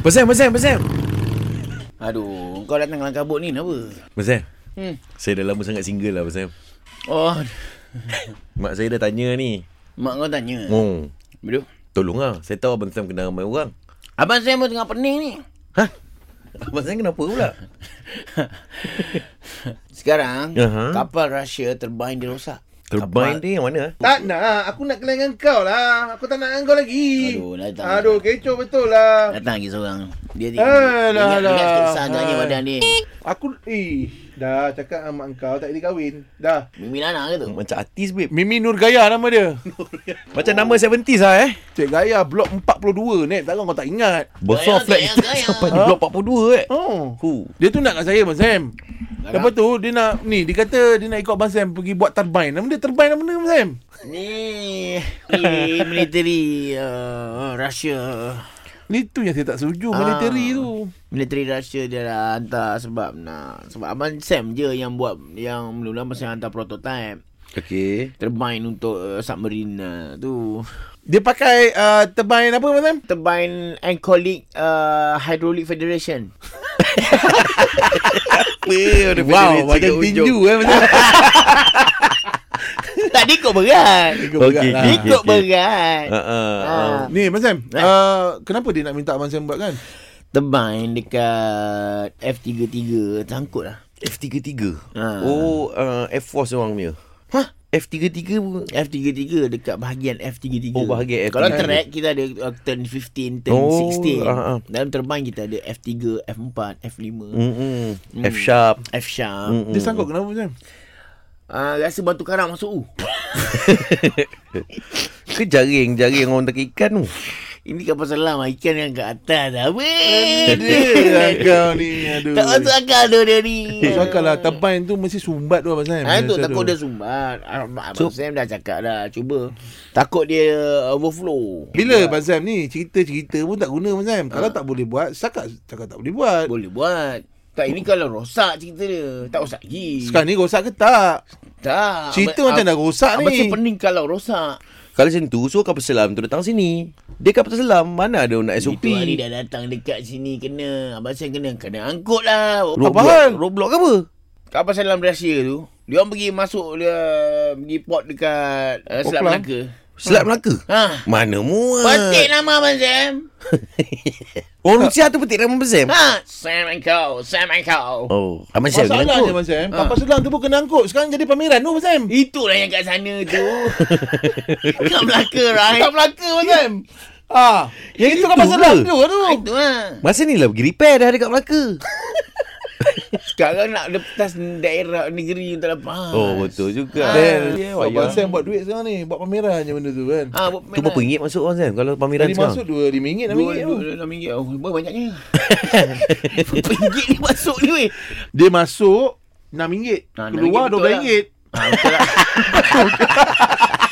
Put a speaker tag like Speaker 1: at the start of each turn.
Speaker 1: Bersam, bersam, bersam.
Speaker 2: Aduh, kau datang dalam kabut ni kenapa?
Speaker 1: Bersam.
Speaker 2: Hmm.
Speaker 1: Saya dah lama sangat single lah bersam.
Speaker 2: Oh,
Speaker 1: Mak saya dah tanya ni.
Speaker 2: mak kau tanya.
Speaker 1: Oh,
Speaker 2: Betul.
Speaker 1: tolong lah. Saya tahu abang Sam kena ramai orang.
Speaker 2: Abang saya pun tengah pening ni.
Speaker 1: Hah? Abang Sam kenapa pula?
Speaker 2: Sekarang,
Speaker 1: Aha.
Speaker 2: kapal Rusia terbain dirosak.
Speaker 1: Turbine dia yang mana? eh?
Speaker 3: Tak nak. Aku nak kenal dengan kau lah. Aku tak nak dengan kau lagi.
Speaker 2: Aduh, datang.
Speaker 3: Aduh, kecoh betul lah.
Speaker 2: Datang lagi seorang. Dia
Speaker 1: Eh,
Speaker 2: dia.
Speaker 3: Alah,
Speaker 2: dia ingat- dia ingat
Speaker 3: alah.
Speaker 2: sikit besar agaknya
Speaker 3: Hai.
Speaker 2: badan dia.
Speaker 1: Hmm.
Speaker 3: Aku, eh. Dah cakap dengan mak kau tak boleh kahwin. Dah.
Speaker 2: Mimi Nana ke tu?
Speaker 1: Macam artis babe.
Speaker 3: Mimi Nurgaya nama dia.
Speaker 1: Macam nama 70s lah eh.
Speaker 3: Cik Gaya, blok 42 ni. Takkan kau tak ingat.
Speaker 1: Besar
Speaker 2: Gaya,
Speaker 1: flat
Speaker 2: gaya,
Speaker 1: kita
Speaker 2: gaya.
Speaker 1: sampai di blok 42 eh.
Speaker 3: Oh.
Speaker 1: Huh.
Speaker 3: Dia tu nak kat saya, Abang Sam. Lepas tu, dia nak, ni, dia kata dia nak ikut Abang Sam pergi buat turbine. Nama dia turbine nama dia, Abang Sam.
Speaker 2: Ni, ni military uh, Rusia.
Speaker 3: Ni tu yang saya tak setuju,
Speaker 2: Ah.
Speaker 3: military tu.
Speaker 2: Military Rusia dia dah hantar sebab nak sebab abang Sam je yang buat yang belum lama saya hantar prototype
Speaker 1: Okay.
Speaker 2: turbine untuk uh, submarine uh, tu.
Speaker 3: Dia pakai uh, turbine apa, Abang Sam?
Speaker 2: Turbine Alcoholic uh, Hydraulic Federation.
Speaker 1: Wow, macam tinju eh.
Speaker 2: tak ikut berat. Ikut
Speaker 1: berat lah.
Speaker 2: Ikut
Speaker 1: Okey, okey.
Speaker 2: berat.
Speaker 1: Ha, ha, ha.
Speaker 2: Ah.
Speaker 3: Ni, Abang Sam.
Speaker 2: Eh.
Speaker 3: Uh, kenapa dia nak minta Abang Sam buat kan?
Speaker 2: Turbine dekat F33 sangkut lah.
Speaker 1: F33.
Speaker 2: Ha.
Speaker 1: Oh, uh, F-Force orang punya.
Speaker 2: Hah?
Speaker 1: F33 pun
Speaker 2: F33 dekat bahagian F33.
Speaker 1: Oh, bahagian F33.
Speaker 2: Kalau track kita ada uh, turn 15, turn
Speaker 1: Oh,
Speaker 2: 16.
Speaker 1: ah, Hmm. ah.
Speaker 2: Dalam terbang kita ada F3, F4, F5,
Speaker 1: Mm-mm. F sharp.
Speaker 2: F sharp.
Speaker 1: Mm-mm.
Speaker 3: Dia sanggup kenapa, Abang Sam?
Speaker 2: Ah, rasa batu karang masuk uh. U.
Speaker 1: Ke jaring-jaring orang tak ikan tu.
Speaker 2: Ini kapal selam ah, ikan yang kat atas dah. Weh,
Speaker 3: Dia
Speaker 2: Eh, dia-
Speaker 3: kau ni aduh.
Speaker 2: Tak masuk akal tu dia ni.
Speaker 3: Masuk akal lah Turbine tu mesti sumbat tu Abang Sam
Speaker 2: Ah tu
Speaker 3: Macam
Speaker 2: takut dia sumbat. Ah, Abang
Speaker 1: So-
Speaker 2: so, Sam dah cakap dah. Cuba. Takut dia overflow.
Speaker 3: bila Abang Sam ni cerita-cerita pun tak guna Abang Sam. Kalau tak boleh buat, cakap cakap tak boleh
Speaker 2: Ah.
Speaker 3: buat.
Speaker 2: Boleh buat. Tak ini kalau rosak cerita dia. Tak rosak lagi.
Speaker 3: Sekarang ni rosak ke tak?
Speaker 2: Tak.
Speaker 3: Cerita
Speaker 2: Abang-
Speaker 3: macam dah rosak
Speaker 2: Abang
Speaker 3: ni.
Speaker 2: Abang pening kalau rosak.
Speaker 1: Kalau macam tu, so kapal selam tu datang sini. Dia kapal selam, mana ada nak SOP?
Speaker 2: Itu hari dah datang dekat sini kena. Abang Sam kena kena angkut lah.
Speaker 1: Roblox,
Speaker 3: Apa hal?
Speaker 1: Roblox ke apa?
Speaker 2: Kapal selam Malaysia tu. Dia orang pergi masuk dia pergi port dekat uh, Selat
Speaker 3: Auckland. Eh.
Speaker 2: Melaka.
Speaker 1: Selat Melaka?
Speaker 2: Ha.
Speaker 1: Mana muat?
Speaker 2: Petik lah. nama Abang Sam.
Speaker 1: Orang Rusia tu petik nama Bezem?
Speaker 2: Ha. Sam and kau. Sam and kau.
Speaker 1: Oh, Abang Sam kena
Speaker 3: Masalahnya
Speaker 1: ikut.
Speaker 2: Ah.
Speaker 3: Abang Sam, kapal selam tu pun kena angkut. Sekarang jadi pameran tu Abang Sam.
Speaker 2: Itulah yang kat sana tu. kat Melaka, right?
Speaker 3: Kat Melaka Abang Sam. Ah, yang itu kapal
Speaker 1: itu
Speaker 3: selam
Speaker 1: ke?
Speaker 3: tu aduh.
Speaker 2: Itu lah.
Speaker 1: Masa ni lah pergi repair dah dekat Melaka.
Speaker 2: Sekarang nak lepas daerah negeri untuk lepas. Ha.
Speaker 1: Oh, betul juga.
Speaker 3: Dan
Speaker 1: Yeah,
Speaker 3: so,
Speaker 2: Ya,
Speaker 3: Abang
Speaker 1: wayang.
Speaker 3: Sam buat duit sekarang ni, buat pameran je benda tu kan.
Speaker 2: Ha, buat
Speaker 1: Tu berapa ringgit masuk Abang Sam kalau pameran
Speaker 3: Tadi
Speaker 1: sekarang?
Speaker 3: masuk RM2, RM5
Speaker 2: Dua,
Speaker 3: tu.
Speaker 2: dua, enam ringgit. Oh, berapa banyaknya? Berapa ringgit ni masuk ni, weh?
Speaker 3: Dia masuk RM6,
Speaker 2: Ah, RM6
Speaker 3: keluar
Speaker 2: betul lah.
Speaker 3: RM12.
Speaker 2: Ha, betul lah.